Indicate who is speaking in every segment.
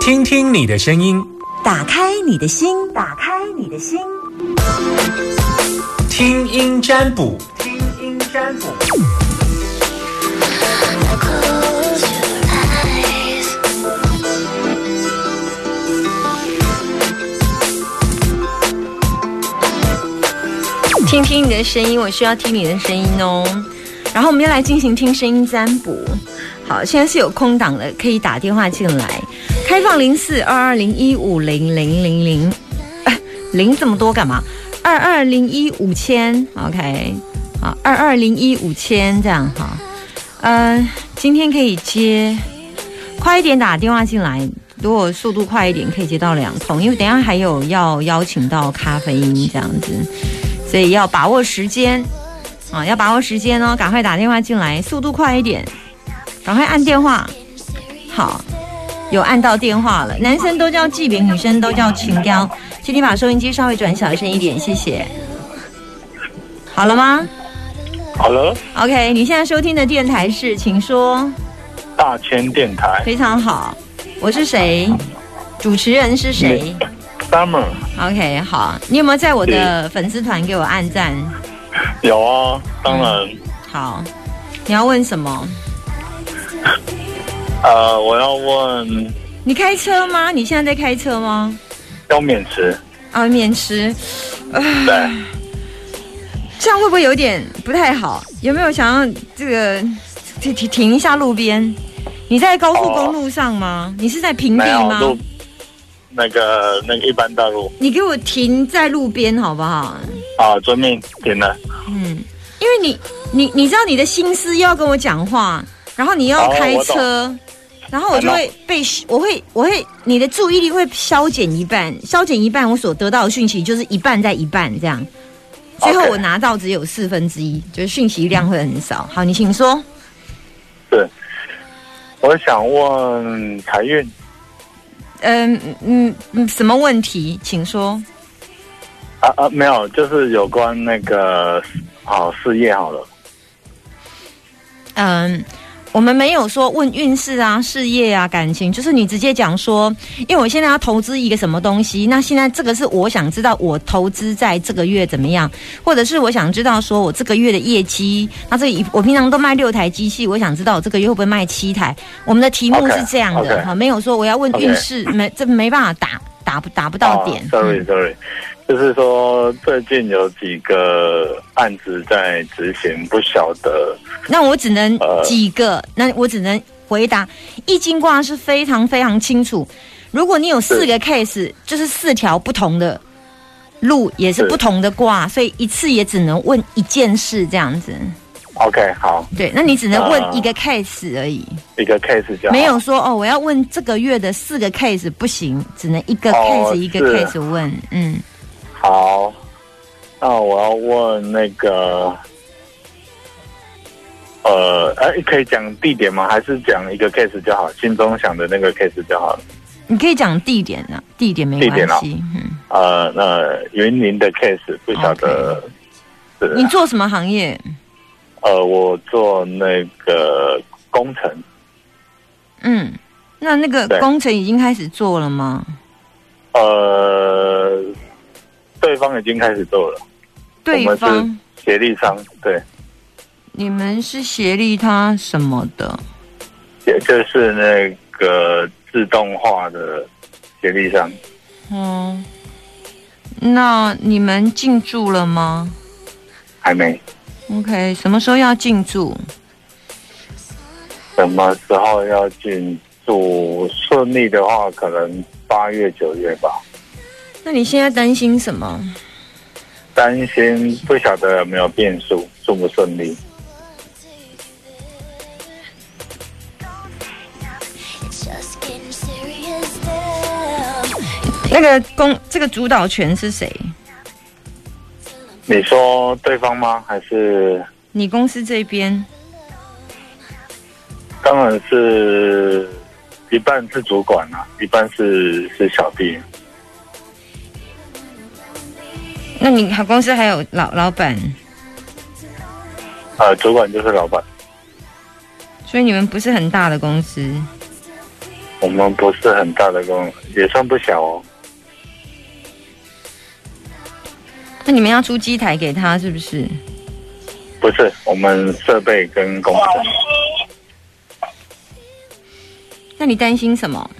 Speaker 1: 听听你的声音，
Speaker 2: 打开你的心，打开你的心，
Speaker 1: 听音占卜，听音占卜。
Speaker 3: Close your eyes.
Speaker 4: 听听你的声音，我需要听你的声音哦。然后我们要来进行听声音占卜。好，现在是有空档的，可以打电话进来，开放零四二二零一五零零零零，哎零这么多干嘛？二二零一五千，OK，好，二二零一五千这样哈。呃，今天可以接，快一点打电话进来。如果速度快一点，可以接到两通，因为等一下还有要邀请到咖啡因这样子。所以要把握时间啊，要把握时间哦，赶快打电话进来，速度快一点，赶快按电话。好，有按到电话了，男生都叫纪饼，女生都叫情雕，请你把收音机稍微转小声一点，谢谢。好了吗
Speaker 5: 好了，
Speaker 4: ？OK，你现在收听的电台是，请说，
Speaker 5: 大千电台
Speaker 4: 非常好，我是谁？主持人是谁
Speaker 5: ，Summer
Speaker 4: ？OK，好，你有没有在我的粉丝团给我按赞？
Speaker 5: 有啊，当然，
Speaker 4: 嗯好，你要问什么？
Speaker 5: 呃，我要问
Speaker 4: 你开车吗？你现在在开车吗？
Speaker 5: 要免持，
Speaker 4: 啊，免吃，嗯
Speaker 5: 对，
Speaker 4: 这样会不会有点不太好？有没有想要这个停停停一下路边？你在高速公路上吗？你是在平地
Speaker 5: 哦没有
Speaker 4: 吗？
Speaker 5: 路，那个那个一般道路
Speaker 4: 你给我停在路边好不好？
Speaker 5: 啊，遵命停了，
Speaker 4: 嗯，因为你你你知道你的心思又要跟我讲话，然后你又要
Speaker 5: 哦
Speaker 4: 开
Speaker 5: 我懂
Speaker 4: 车，然后我就会被我会我会你的注意力会消减一半，消减一半，我所得到的讯息就是一半在一半这样，最后
Speaker 5: OK
Speaker 4: 我拿到只有四分之一，就是讯息量会很少。好，你请说，
Speaker 5: 是。我想问财运，
Speaker 4: 嗯嗯嗯，什么问题？请说。
Speaker 5: 啊啊，没有，就是有关那个好事业好了，
Speaker 4: 嗯，我们没有说问运势啊、事业啊、感情，就是你直接讲说，因为我现在要投资一个什么东西，那现在这个是我想知道我投资在这个月怎么样，或者是我想知道说我这个月的业绩，那这一我平常都卖六台机器，我想知道我这个月会不会卖七台。我们的题目
Speaker 5: OK，
Speaker 4: 是这样的
Speaker 5: OK
Speaker 4: 哈没有说我要问运势没这没办法打打不打不到点。
Speaker 5: s o r r y
Speaker 4: 嗯
Speaker 5: 啊 sorry，就是说最近有几个案子在执行，不晓得
Speaker 4: 那我只能
Speaker 5: 呃
Speaker 4: 几个，那我只能回答易经卦是非常非常清楚。如果你有四个 case，就是四条不同的路，也是
Speaker 5: 是
Speaker 4: 不同的卦，所以一次也只能问一件事这样子。
Speaker 5: OK，好，
Speaker 4: 对，那你只能问
Speaker 5: 啊
Speaker 4: 一个 case 而已，
Speaker 5: 一个 case 就好
Speaker 4: 没有说哦，我要问这个月的四个 case 不行，只能一个
Speaker 5: 哦
Speaker 4: case 一个
Speaker 5: 是
Speaker 4: case 问。嗯，
Speaker 5: 好，那我要问那个，呃，哎、可以讲地点吗？还是讲一个 case 就好？心中想的那个 case 就好了。
Speaker 4: 你可以讲地点啊，地点没
Speaker 5: 地
Speaker 4: 关
Speaker 5: 点哦
Speaker 4: 系。嗯，
Speaker 5: 呃，那云林的 case 不晓得是
Speaker 4: 你做什么行业？
Speaker 5: 呃，我做那个工程，
Speaker 4: 嗯，那那个
Speaker 5: 对
Speaker 4: 工程已经开始做了吗？
Speaker 5: 呃，对方已经开始做了，
Speaker 4: 对
Speaker 5: 我们
Speaker 4: 方，
Speaker 5: 是协力商，对，
Speaker 4: 你们是协力他什么的？
Speaker 5: 也就是那个自动化的协力商，
Speaker 4: 嗯，那你们进驻了吗
Speaker 5: 还没。
Speaker 4: ？OK，什么时候要进驻？
Speaker 5: 什么时候要进驻？顺利的话，可能八月九月吧。
Speaker 4: 那你现在担心什么？
Speaker 5: 担心不晓得有没有变数，顺不顺利？
Speaker 3: It's just getting serious now.
Speaker 4: 那个公这个主导权是谁？
Speaker 5: 你说对方吗？还是
Speaker 4: 你公司这边
Speaker 5: 当然是一半是主管啊，一半是是小弟。
Speaker 4: 那你还公司还有老老板，
Speaker 5: 呃，主管就是老板，
Speaker 4: 所以你们不是很大的公司。
Speaker 5: 我们不是很大的公，也算不小哦。
Speaker 4: 那你们要出机台给他是不是？
Speaker 5: 不是，我们设备跟工程，
Speaker 4: 那你担心什么？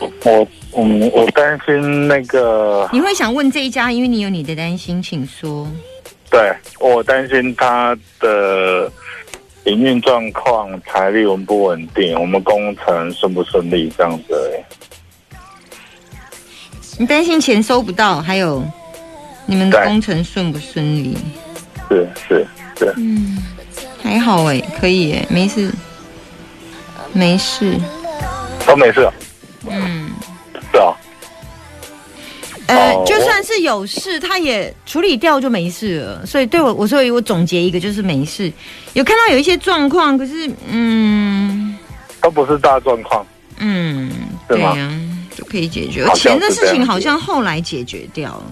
Speaker 5: 我我我担心那个，
Speaker 4: 你会想问这一家，因为你有你的担心，请说。
Speaker 5: 对我担心他的营运状况、财力稳不稳定，我们工程顺不顺利这样子而已。
Speaker 4: 你担心钱收不到，还有你们的
Speaker 5: 对
Speaker 4: 工程顺不顺利？
Speaker 5: 是是是，
Speaker 4: 嗯还好哎、可以哎、没事，没事。
Speaker 5: 都没事哦，
Speaker 4: 嗯，
Speaker 5: 是哦，
Speaker 4: 呃
Speaker 5: 哦，
Speaker 4: 就算是有事，他也处理掉就没事了。所以对我，我所以我总结一个就是没事。有看到有一些状况，可是嗯
Speaker 5: 都不是大状况。
Speaker 4: 嗯，
Speaker 5: 是
Speaker 4: 对
Speaker 5: 吗
Speaker 4: 啊，就可以解决。
Speaker 5: 好像
Speaker 4: 钱
Speaker 5: 是
Speaker 4: 的事
Speaker 5: 这样
Speaker 4: 情
Speaker 5: 子
Speaker 4: 好像后来解决掉了，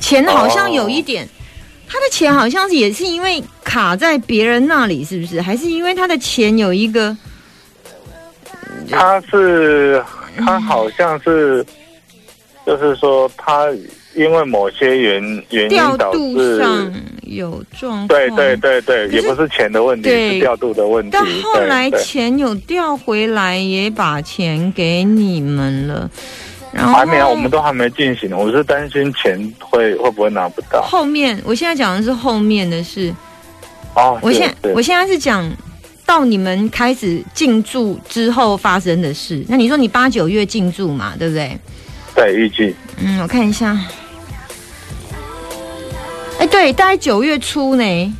Speaker 4: 钱好像有一点。他的钱好像是也是因为卡在别人那里，是不是？还是因为他的钱有一个
Speaker 5: 他是他好像是，就是说他因为某些原原
Speaker 4: 调
Speaker 5: 因导
Speaker 4: 度
Speaker 5: 致，
Speaker 4: 上有状况？
Speaker 5: 对对对对，
Speaker 4: 是
Speaker 5: 也不是钱的问题，
Speaker 4: 对
Speaker 5: 是调度的问题。
Speaker 4: 但后来
Speaker 5: 对对
Speaker 4: 钱有调回来，也把钱给你们了，然后
Speaker 5: 还没有，啊我们都还没进行。我是担心钱会会不会拿不到。
Speaker 4: 后面，我现在讲的是后面的事，
Speaker 5: 哦，
Speaker 4: 我
Speaker 5: 是
Speaker 4: 现
Speaker 5: 是
Speaker 4: 我现在是讲到你们开始进驻之后发生的事。那你说你八九月进驻嘛，对不对？
Speaker 5: 对预计
Speaker 4: 嗯，我看一下，哎，对，大概九月初呢，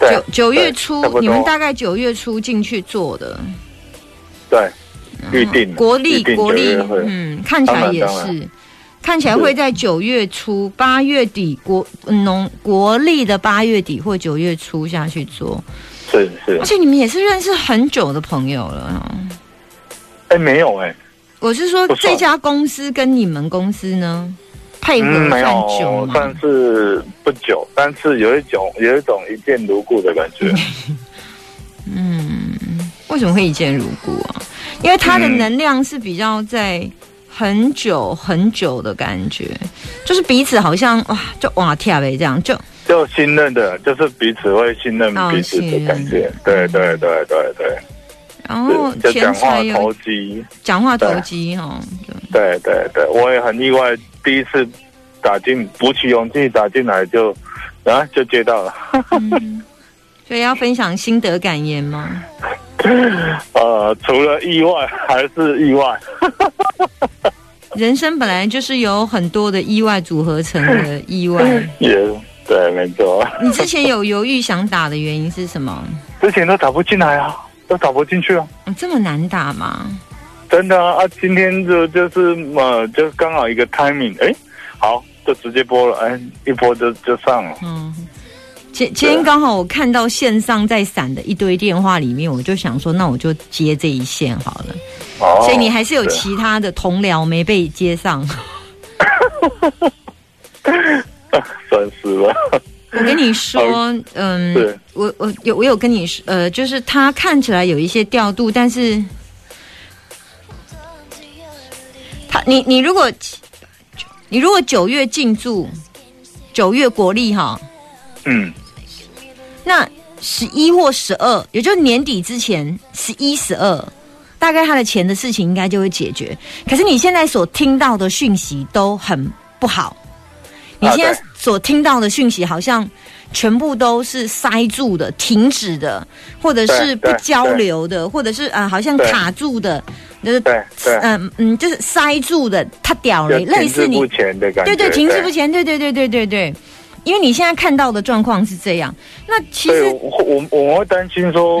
Speaker 5: 对
Speaker 4: 九九月
Speaker 5: 对差不
Speaker 4: 初
Speaker 5: 多
Speaker 4: 你们大概九月初进去做的，
Speaker 5: 对预定
Speaker 4: 嗯国历
Speaker 5: 预定
Speaker 4: 国
Speaker 5: 九
Speaker 4: 历
Speaker 5: 月会，
Speaker 4: 嗯，看起来也
Speaker 5: 当然当
Speaker 4: 是，看起来会在九月初、八月底国嗯农国历的八月底或九月初下去做，
Speaker 5: 是是
Speaker 4: 而。且你们也是认识很久的朋友了哦。
Speaker 5: 哎，没有哎，
Speaker 4: 我是说
Speaker 5: 不错
Speaker 4: 这家公司跟你们公司呢配合
Speaker 5: 嗯，没
Speaker 4: 算久
Speaker 5: 有，
Speaker 4: 吗？
Speaker 5: 算是不久，但是有一种有一种一见如故的感 觉。
Speaker 4: 嗯，为什么会一见如故啊？因为它的
Speaker 5: 嗯
Speaker 4: 能量是比较在很久很久的感觉，就是彼此好像哇，就哇跳呗这样，就
Speaker 5: 就信任的，就是彼此会信任
Speaker 4: 哦
Speaker 5: 彼此的感觉。
Speaker 4: 信
Speaker 5: 对
Speaker 4: 任
Speaker 5: 对对对对，
Speaker 4: 然后
Speaker 5: 是嗯就
Speaker 4: 哦钱
Speaker 5: 讲
Speaker 4: 财
Speaker 5: 话
Speaker 4: 有
Speaker 5: 投机。
Speaker 4: 讲话投机哦，就
Speaker 5: 对对对，我也很意外，第一次打进鼓起勇气打进来就，啊就接到了。
Speaker 4: 嗯 所以要分享心得感言吗？
Speaker 5: 呃，除了意外还是意外。
Speaker 4: 人生本来就是有很多的意外组合成的意外。
Speaker 5: 也对，没错。
Speaker 4: 你之前有犹豫想打的原因是什么？
Speaker 5: 之前都打不进来啊，都打不进去啊。
Speaker 4: 哦这么难打吗？
Speaker 5: 真的啊，啊今天就就是呃，就刚好一个 timing，哎，好，就直接播了，哎，一播就就上了。
Speaker 4: 嗯，前前天刚好我看到线上在闪的一堆电话里面，我就想说，那我就接这一线好了。
Speaker 5: 哦，
Speaker 4: 所以你还是有
Speaker 5: 对
Speaker 4: 其他的同僚没被接上。
Speaker 5: 算是吧。
Speaker 4: 我跟你说，嗯
Speaker 5: 是，
Speaker 4: 我我有我有跟你说，呃，就是他看起来有一些调度，但是他你你如果你如果九月进驻，九月国历哈，
Speaker 5: 嗯，
Speaker 4: 那十一或十二，也就是年底之前，十一、十二，大概他的钱的事情应该就会解决。可是你现在所听到的讯息都很不好，你
Speaker 5: 啊
Speaker 4: 现在
Speaker 5: 对
Speaker 4: 所听到的讯息好像全部都是塞住的、停止的，或者是
Speaker 5: 对
Speaker 4: 不
Speaker 5: 对
Speaker 4: 交流的，或者是啊、呃好像
Speaker 5: 对
Speaker 4: 卡住的，就是
Speaker 5: 对对
Speaker 4: 嗯嗯，就是塞住的，他屌
Speaker 5: 就
Speaker 4: 了，哦类似
Speaker 5: 停滞
Speaker 4: 你
Speaker 5: 不前的感觉。
Speaker 4: 对对，停滞不。前，对对对对对对，因为你现在看到的状况是这样，那其
Speaker 5: 对，
Speaker 4: 实
Speaker 5: 我我我会担心说，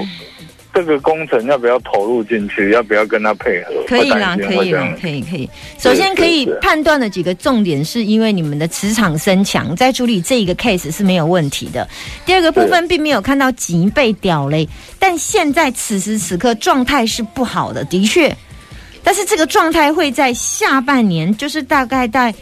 Speaker 5: 这个工程要不要投入进去，要不要跟他配合？
Speaker 4: 可以啦，
Speaker 5: 会担心
Speaker 4: 可
Speaker 5: 会
Speaker 4: 以啦
Speaker 5: 这样，
Speaker 4: 可以可以。首先可以
Speaker 5: 是是
Speaker 4: 判断的几个重点，是因为你们的磁场升强，在处理这一个 case 是没有问题的。第二个部分并没有看到脊背屌嘞，但现在此时此刻状态是不好的，的确。但是这个状态会在下半年，就是大概在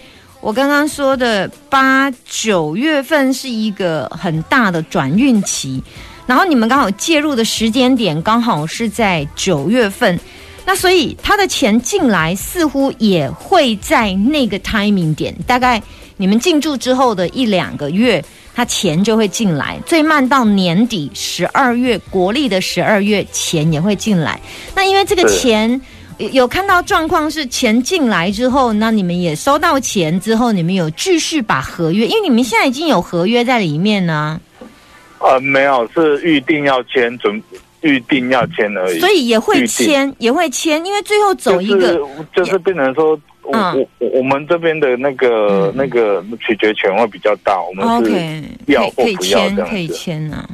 Speaker 4: 我刚刚说的八九月份是一个很大的转运期。然后你们刚好介入的时间点刚好是在九月份，那所以他的钱进来似乎也会在那个 timing 点，大概你们进驻之后的一两个月，他钱就会进来，最慢到年底十二月，国历的十二月钱也会进来。那因为这个
Speaker 5: 是
Speaker 4: 钱。有有看到状况是钱进来之后，那你们也收到钱之后，你们有继续把合约，因为你们现在已经有合约在里面呢、
Speaker 5: 呃，没有，是预定要签，准预定要签而已。
Speaker 4: 所以也会
Speaker 5: 预定
Speaker 4: 签，也会签，因为最后走一个、
Speaker 5: 就是、就是变成说，我、
Speaker 4: 嗯
Speaker 5: 我我我们这边的那个、
Speaker 4: 嗯
Speaker 5: 那个取决权会比较大，我们是
Speaker 4: 哦 OK，
Speaker 5: 要
Speaker 4: 可以可
Speaker 5: 或不
Speaker 4: 以
Speaker 5: 要
Speaker 4: 签，
Speaker 5: 这样
Speaker 4: 可以
Speaker 5: 子
Speaker 4: 签啊。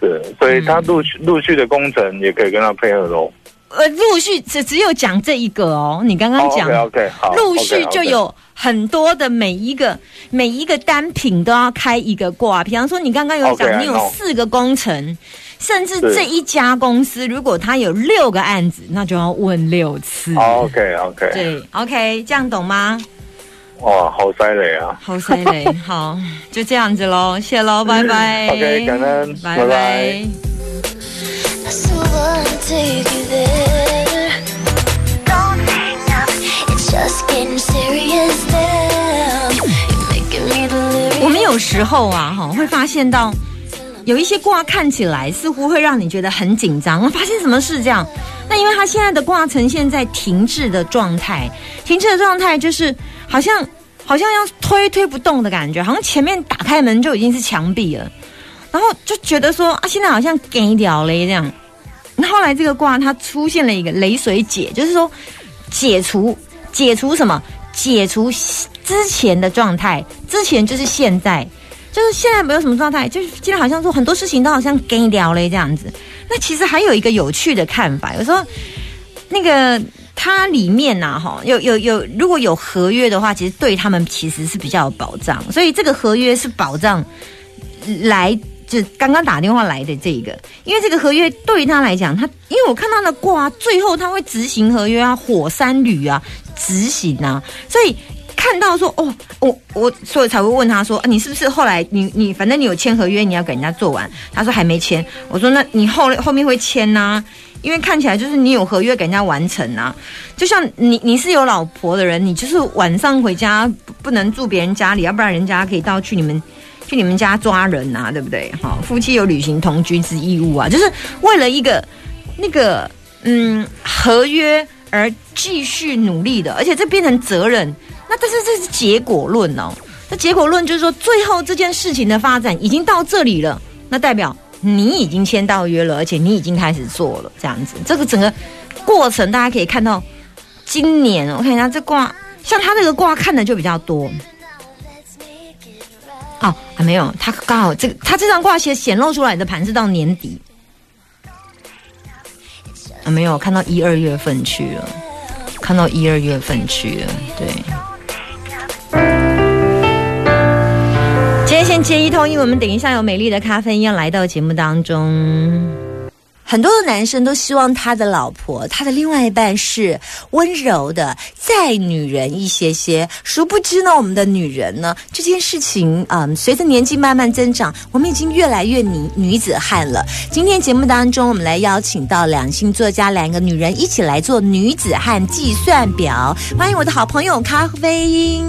Speaker 5: 是，所以
Speaker 4: 嗯
Speaker 5: 他陆续陆续的工程也可以跟他配合喽。
Speaker 4: 呃，陆续只只有讲这一个哦，你刚刚讲
Speaker 5: OK OK 好，
Speaker 4: 陆续就
Speaker 5: OK，OK
Speaker 4: 有很多的每一个每一个单品都要开一个挂。比方说，你刚刚有讲
Speaker 5: OK，I
Speaker 4: 你有
Speaker 5: know
Speaker 4: 四个工程，甚至
Speaker 5: 是
Speaker 4: 这一家公司如果他有六个案子，那就要问六次。
Speaker 5: 好 OK OK，
Speaker 4: 对，OK，这样懂吗？
Speaker 5: 哇，好塞雷啊！
Speaker 4: 好塞雷， 好，就这样子喽，谢喽，拜拜。
Speaker 5: OK，感恩
Speaker 4: 拜
Speaker 5: 拜
Speaker 4: 拜
Speaker 5: 拜
Speaker 3: I still wanna take you there. Don't hang up. It's just getting serious now. You're making me
Speaker 4: 我
Speaker 3: delirious.
Speaker 4: 们有时候啊，哈，会发现到有一些卦看起来似乎会让你觉得很紧张，那发现什么事这样？那因为它现在的卦呈现在停滞的状态，停滞的状态就是好像 好像要推推不动的感觉，好像前面打开门就已经是墙壁了，然后就觉得说啊，现在好像给掉嘞这样。那后来这个卦它出现了一个雷水解，就是说解除解除什么？解除之前的状态，之前就是现在，就是现在没有什么状态，就是今天好像说很多事情都好像跟你聊了这样子。那其实还有一个有趣的看法，有时候那个它里面呐、哈，有有有，如果有合约的话，其实对他们其实是比较有保障，所以这个合约是保障来。就刚刚打电话来的这个，因为这个合约对于他来讲，他因为我看他的卦，最后他会执行合约啊，火三旅啊，执行啊，所以看到说哦，我我所以才会问他说，啊、你是不是后来你你反正你有签合约，你要给人家做完，他说还没签，我说那你后后面会签呐、因为看起来就是你有合约给人家完成啊，就像你你是有老婆的人，你就是晚上回家不不能住别人家里，要不然人家可以到去你们去你们家抓人啊，对不对？好，夫妻有履行同居之义务啊，就是为了一个那个嗯合约而继续努力的，而且这变成责任。那但是这是结果论哦，那结果论就是说，最后这件事情的发展已经到这里了，那代表你已经签到约了，而且你已经开始做了，这样子，这个整个过程大家可以看到，今年我看一下这卦，像他这个卦看的就比较多。
Speaker 3: Let's make it right.
Speaker 4: 哦，还没有，他刚好这个他这张卦显显露出来的盘是到年底，啊，没有看到一二月份去了，看到一二月份去了，对。今天先接一通，因为我们等一下有美丽的咖啡因要来到节目当中。
Speaker 2: 很多的男生都希望他的老婆，他的另外一半是温柔的，再女人一些些。殊不知呢，我们的女人呢，这件事情，嗯，随着年纪慢慢增长，我们已经越来越女女子汉了。今天节目当中，我们来邀请到两性作家两个女人一起来做女子汉计算表。欢迎我的好朋友咖啡因。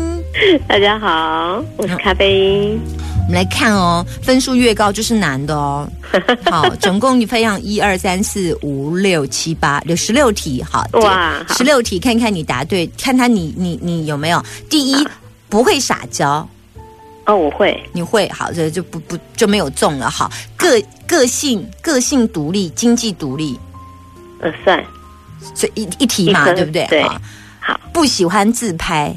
Speaker 6: 大家好，我是咖啡因。
Speaker 2: 我们来看哦，分数越高就是男的 哦。好，总共你培养一二三四五六七八，有十六题。好，
Speaker 6: 哇好
Speaker 2: 十六题，看看你答对，看看你你你有没有第一。不会撒娇，
Speaker 6: 哦，我会，
Speaker 2: 你会好，这就不不就没有中了。好，个个性个性独立，经济独立，
Speaker 6: 呃，算
Speaker 2: 所以一一题嘛，
Speaker 6: 一分
Speaker 2: 对不对？
Speaker 6: 对
Speaker 2: 好
Speaker 6: 好。
Speaker 2: 不喜欢自拍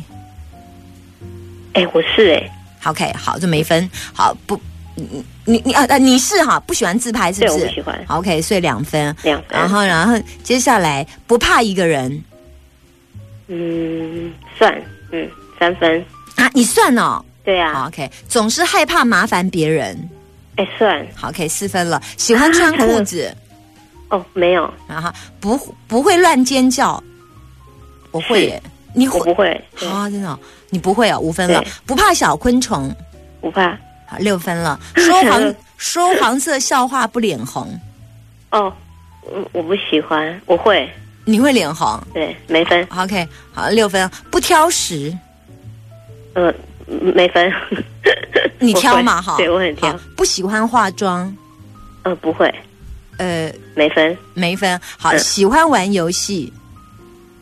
Speaker 6: 哎、我是哎、
Speaker 2: ，OK，好，就没分。好，不，你你你啊啊，你是哈，不喜欢自拍是
Speaker 6: 对，
Speaker 2: 不
Speaker 6: 我
Speaker 2: 是？
Speaker 6: 不喜欢
Speaker 2: OK，所以两分。
Speaker 6: 两分。
Speaker 2: 然后，然后接下来不怕一个人
Speaker 6: 嗯，算，嗯，三分。
Speaker 2: 啊？你算哦。
Speaker 6: 对啊，
Speaker 2: 好 OK，总是害怕麻烦别人。
Speaker 6: 哎、算。
Speaker 2: 好 OK，四分了。喜欢穿裤子，
Speaker 6: 哦，没有，
Speaker 2: 然后不不会乱尖叫。我会耶，你
Speaker 6: 我
Speaker 2: 会
Speaker 6: 不会，对
Speaker 2: 啊？真的哦、你不会哦，五分了
Speaker 6: 对。
Speaker 2: 不怕小昆虫，
Speaker 6: 不怕。
Speaker 2: 好六分了。说谎
Speaker 4: 说黄色笑话不脸红，
Speaker 6: 哦，我我不喜欢，我会，
Speaker 4: 你会脸红。
Speaker 6: 对，没分，
Speaker 4: OK，好，六分，不挑食，
Speaker 6: 呃，没分。
Speaker 4: 你
Speaker 6: 我
Speaker 4: 挑
Speaker 6: 会
Speaker 4: 嘛哈？
Speaker 6: 对我很挑
Speaker 4: 好，不喜欢化妆，
Speaker 6: 呃，不会，
Speaker 4: 呃，
Speaker 6: 没分，
Speaker 4: 没分。好，
Speaker 6: 嗯
Speaker 4: 喜欢玩游戏，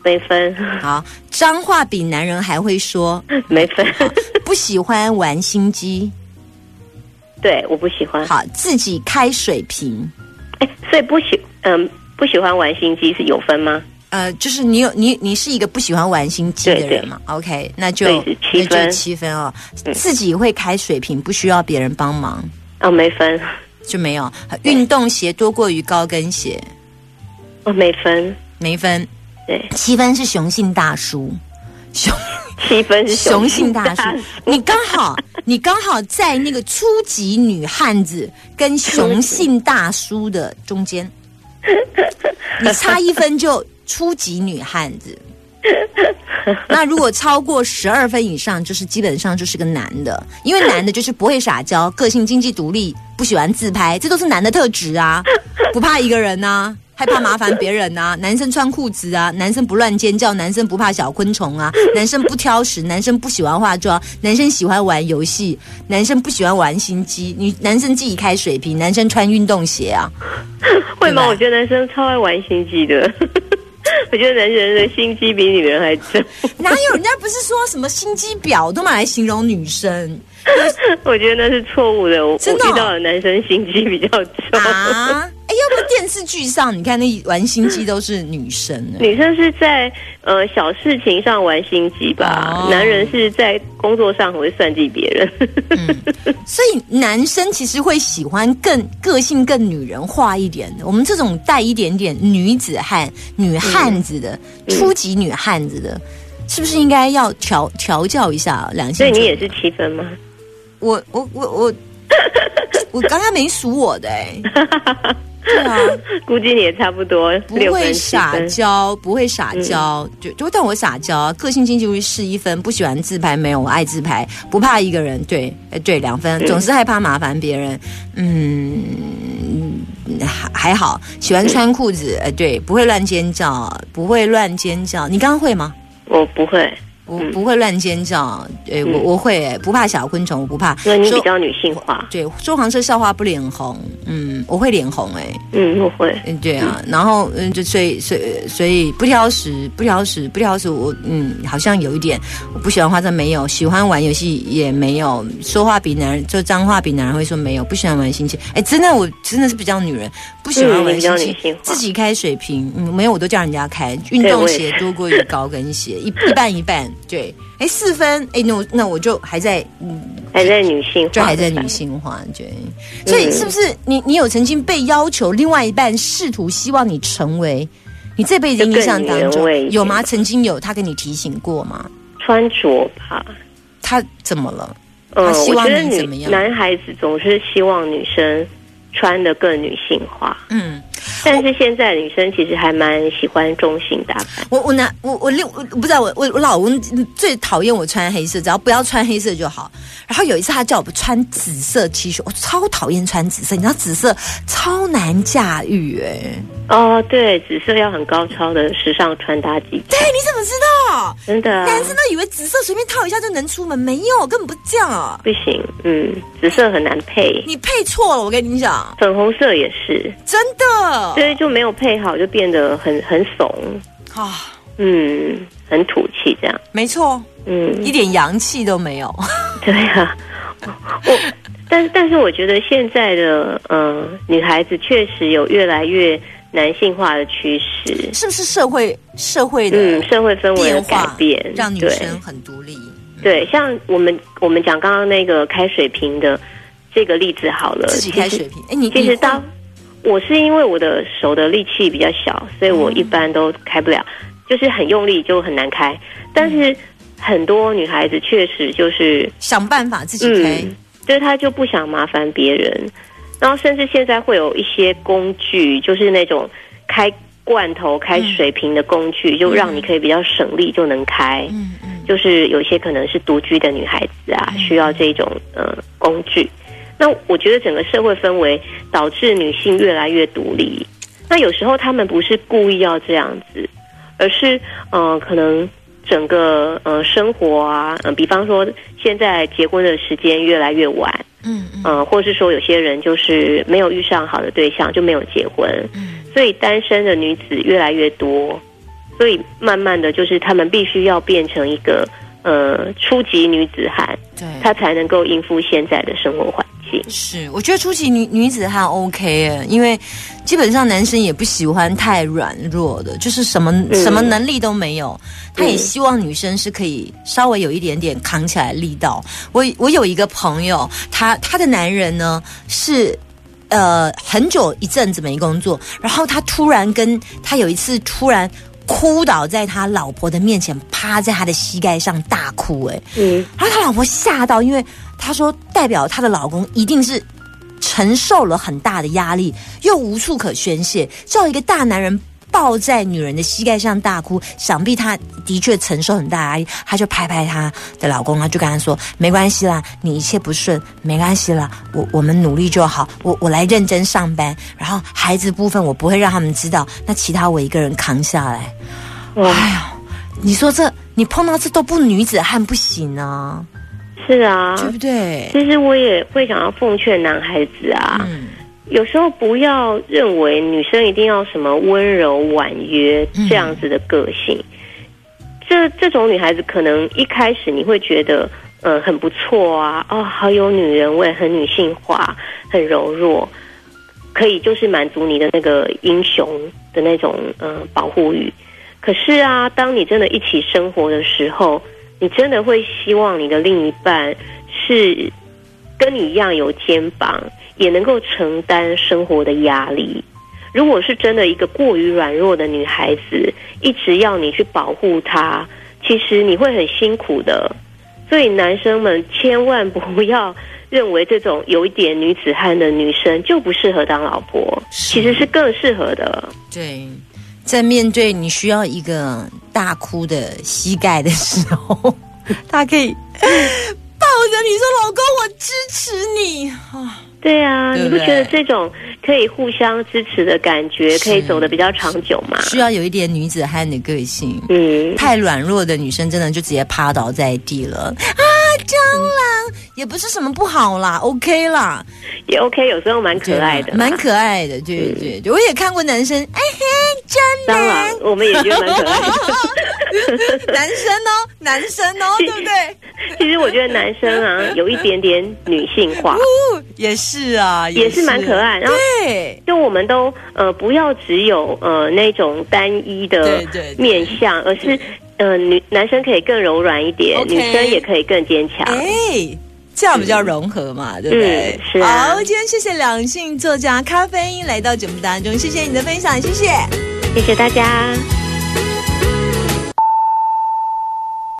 Speaker 6: 没分，
Speaker 4: 好，脏话比男人还会说，
Speaker 6: 没分。
Speaker 4: 不喜欢玩心机，
Speaker 6: 对，我不喜欢。
Speaker 4: 好，自己开水瓶。
Speaker 6: 哎，所以不喜，嗯、不喜欢玩心机是有分吗？
Speaker 4: 呃，就是你有你你是一个不喜欢玩心机的
Speaker 6: 对对
Speaker 4: 人嘛 o k 那就
Speaker 6: 对是
Speaker 4: 那
Speaker 6: 七
Speaker 4: 就
Speaker 6: 分嗯
Speaker 4: 七分哦，自己会开水瓶，不需要别人帮忙
Speaker 6: 哦，没分，
Speaker 4: 就没有。运动鞋多过于高跟鞋，
Speaker 6: 哦，没分，
Speaker 4: 没分。
Speaker 6: 对，
Speaker 4: 七分是雄性大叔，雄
Speaker 6: 七分是
Speaker 4: 雄性大
Speaker 6: 大
Speaker 4: 叔，你刚好你刚好在那个初级女汉子跟雄性大叔的中间，你差一分就初级女汉子。 那如果超过十二分以上，就是基本上就是个男的，因为男的就是不会撒娇，个性经济独立，不喜欢自拍，这都是男的特质啊，不怕一个人呐、害怕麻烦别人呐、男生穿裤子啊，男生不乱尖叫，男生不怕小昆虫啊，男生不挑食，男生不喜欢化妆，男生喜欢玩游戏，男生不喜欢玩心机，女男生自己开水瓶，男生穿运动鞋啊，
Speaker 6: 会吗？
Speaker 4: 对吧
Speaker 6: 我觉得男生超爱玩心机的。 我觉得男人的心机比女人还重，
Speaker 4: 哪有人家不是说什么心机婊都拿来形容女生？
Speaker 6: 我觉得那是错误的。我
Speaker 4: 真的哦
Speaker 6: 我遇到的男生心机比较重，
Speaker 4: 啊！哎，要不电视剧上你看那玩心机都是女生呢、
Speaker 6: 女生是在呃小事情上玩心机吧，
Speaker 4: 哦
Speaker 6: 男人是在工作上会算计别人。
Speaker 4: 嗯所以男生其实会喜欢更个性更女人化一点的，我们这种带一点点女子汉、女汉子的、
Speaker 6: 嗯
Speaker 4: 初级女汉子的，是不是应该要调调教一下良
Speaker 6: 所
Speaker 4: 心
Speaker 6: 以
Speaker 4: 准？
Speaker 6: 你也是七分吗？
Speaker 4: 我我我我 我刚刚没数我的 哎、对啊，
Speaker 6: 估计你也差不多
Speaker 4: 不
Speaker 6: 六
Speaker 4: 会
Speaker 6: 分嗯七
Speaker 4: 撒
Speaker 6: 分。
Speaker 4: 娇，不会撒娇，就就但我撒娇啊，个性经济会是一分，不喜欢自拍没有，我爱自拍，不怕一个人，对，哎对，两分，
Speaker 6: 嗯
Speaker 4: 总是害怕麻烦别人，嗯，还还好，喜欢穿裤子，哎对，不会乱尖叫，不会乱尖叫，你刚刚会吗？
Speaker 6: 我不会，
Speaker 4: 我
Speaker 6: 嗯
Speaker 4: 不会乱尖叫，哎，我我会，哎不怕小昆虫，我不怕，
Speaker 6: 因为嗯你
Speaker 4: 说
Speaker 6: 比较女性化。
Speaker 4: 对，说黄色笑话不脸红，嗯，我会脸红、哎。
Speaker 6: 嗯，我会。
Speaker 4: 嗯，对啊，然后嗯，就所以所以所以不挑食，不挑食，不挑食，我嗯，好像有一点我不喜欢化妆，没有喜欢玩游戏也没有，说话比男人就脏话比男人会说没有，不喜欢玩心机，哎，真的我真的是比较女人，不喜欢
Speaker 6: 嗯你
Speaker 4: 玩心
Speaker 6: 比较
Speaker 4: 机
Speaker 6: 女性，化
Speaker 4: 自己开水瓶，嗯，没有我都叫人家开，运
Speaker 6: 对
Speaker 4: 动
Speaker 6: 我也
Speaker 4: 鞋
Speaker 6: 是
Speaker 4: 多过于高跟鞋，一一半一半，对，哎，四分，哎，那我那我就还在嗯
Speaker 6: 还在女性化，
Speaker 4: 就还在女。性化，对。所以是不是你你有曾经被要求另外一半试图希望你成为你这辈子印象
Speaker 6: 就
Speaker 4: 当
Speaker 6: 更女人味一
Speaker 4: 中
Speaker 6: 点
Speaker 4: 有吗？曾经有他跟你提醒过吗？
Speaker 6: 穿着吧，
Speaker 4: 他怎么了？
Speaker 6: 嗯，
Speaker 4: 他希
Speaker 6: 我
Speaker 4: 望
Speaker 6: 觉得
Speaker 4: 你怎么
Speaker 6: 女
Speaker 4: 样
Speaker 6: 男孩子总是希望女生穿的更女性 化，
Speaker 4: 嗯，
Speaker 6: 但是现在女生其实还蛮喜欢中性打扮。
Speaker 4: 嗯我我拿我我另我我不知道我我我老公最讨厌我穿黑色，只要不要穿黑色就好。然后有一次他叫我穿紫色 T 恤，我超讨厌穿紫色，你知道紫色超难驾驭哎、
Speaker 6: 哦，对，紫色要很高超的时尚穿搭技巧，
Speaker 4: 哎，你怎么知道？
Speaker 6: 真的啊、
Speaker 4: 男生都以为紫色随便套一下就能出门，没有，根本不是这样啊！
Speaker 6: 不行，嗯，紫色很难配，
Speaker 4: 你配错了，我跟你讲，
Speaker 6: 粉红色也是，
Speaker 4: 真的
Speaker 6: 所以就没有配好，就变得很很怂，
Speaker 4: 啊，
Speaker 6: 嗯，很土气这样，
Speaker 4: 没错，
Speaker 6: 嗯，
Speaker 4: 一点洋气都没有。
Speaker 6: 对啊，我但是但是我觉得现在的呃女孩子确实有越来越男性化的趋势，
Speaker 4: 是不是社会社会的
Speaker 6: 嗯，社会氛围的
Speaker 4: 变
Speaker 6: 改
Speaker 4: 化
Speaker 6: 变，
Speaker 4: 让女
Speaker 6: 对
Speaker 4: 生很独立？
Speaker 6: 对，像我们我们讲刚刚那个开水瓶的这个例子好了，
Speaker 4: 自己开
Speaker 6: 其实
Speaker 4: 水瓶，哎，你
Speaker 6: 其
Speaker 4: 你
Speaker 6: 实当我是因为我的手的力气比较小，所以
Speaker 4: 嗯
Speaker 6: 我一般都开不了，就是很用力就很难开。但是
Speaker 4: 嗯
Speaker 6: 很多女孩子确实就是，
Speaker 4: 想办法自己开，
Speaker 6: 嗯，就是她就不想麻烦别人，然后甚至现在会有一些工具，就是那种开罐头、开水瓶的工具，就让你可以比较省力就能开。
Speaker 4: 嗯嗯
Speaker 6: 就是有一些可能是独居的女孩子啊，需要这种呃工具。那我觉得整个社会氛围导致女性越来越独立。那有时候她们不是故意要这样子，而是呃，可能整个呃生活啊，呃，比方说现在结婚的时间越来越晚，
Speaker 4: 嗯嗯
Speaker 6: 嗯、或是说有些人就是没有遇上好的对象就没有结婚，
Speaker 4: 嗯
Speaker 6: 所以单身的女子越来越多，所以慢慢的就是她们必须要变成一个呃初级女子汉，
Speaker 4: 对，
Speaker 6: 她才能够应付现在的生活环境。
Speaker 4: 是，我觉得初级女女子汉 OK 耶，因为基本上男生也不喜欢太软弱的，就是什么、
Speaker 6: 嗯
Speaker 4: 什么能力都没有，他也
Speaker 6: 嗯
Speaker 4: 希望女生是可以稍微有一点点扛起来力道。我我有一个朋友，他他的男人呢是。呃，很久一阵子没工作，然后他突然跟他有一次突然哭倒在他老婆的面前，趴在他的膝盖上大哭、哎，
Speaker 6: 嗯
Speaker 4: 然后他老婆吓到，因为她说代表她的老公一定是承受了很大的压力，又无处可宣泄，叫一个大男人。抱在女人的膝盖上大哭，想必她的确承受很大的压力。她就拍拍她的老公，她啊就跟他说：“没关系啦，你一切不顺，没关系啦，我我们努力就好，我我来认真上班。然后孩子部分我不会让他们知道，那其他我一个人扛下来。”
Speaker 6: 哇
Speaker 4: 哎呀，你说这你碰到这都不女子汉不行啊。
Speaker 6: 是啊，
Speaker 4: 对不对？
Speaker 6: 其实我也会想要奉劝男孩子啊，
Speaker 4: 嗯
Speaker 6: 有时候不要认为女生一定要什么温柔婉约这样子的个性。这这种女孩子，可能一开始你会觉得，呃，很不错啊，哦，好有女人味，很女性化，很柔弱，可以就是满足你的那个英雄的那种呃保护欲。可是啊，当你真的一起生活的时候，你真的会希望你的另一半是跟你一样有肩膀，也能够承担生活的压力。如果是真的一个过于软弱的女孩子，一直要你去保护她，其实你会很辛苦的。所以男生们千万不要认为这种有一点女子汉的女生就不适合当老婆，
Speaker 4: 是
Speaker 6: 其实是更适合的。
Speaker 4: 对，在面对你需要一个大哭的膝盖的时候， 他可以抱着你说：“老公，我支持你。”啊，
Speaker 6: 对啊，
Speaker 4: 对不
Speaker 6: 你不觉得
Speaker 4: 对
Speaker 6: 这种可以互相支持的感觉，
Speaker 4: 是
Speaker 6: 可以走得比较长久吗？
Speaker 4: 需要有一点女子汉的个性。
Speaker 6: 嗯，
Speaker 4: 太软弱的女生真的就直接趴倒在地了啊！蟑螂也不是什么不好啦，OK 啦，
Speaker 6: 也 OK，有时候蛮可爱的
Speaker 4: 对啊
Speaker 6: 啦，
Speaker 4: 蛮可爱的。对对对，我也看过男生，哎嘿，蟑
Speaker 6: 当
Speaker 4: 螂
Speaker 6: 然，，我们也觉得蛮 可爱的。
Speaker 4: 男生哦，男生哦，对不对？
Speaker 6: 其实我觉得男生啊，有一点点女性化，
Speaker 4: 哦也是啊，
Speaker 6: 也是蛮可爱然后
Speaker 4: 对，
Speaker 6: 就我们都呃不要只有呃那种单一的
Speaker 4: 对对对
Speaker 6: 面相，而是呃女男生可以更柔软一点
Speaker 4: OK
Speaker 6: 女生也可以更坚强。
Speaker 4: 哎。这样比较融合嘛，对不对？
Speaker 6: 是啊
Speaker 4: 好，今天谢谢两性作家咖啡因来到节目当中，谢谢你的分享，谢谢。
Speaker 6: 谢谢大家。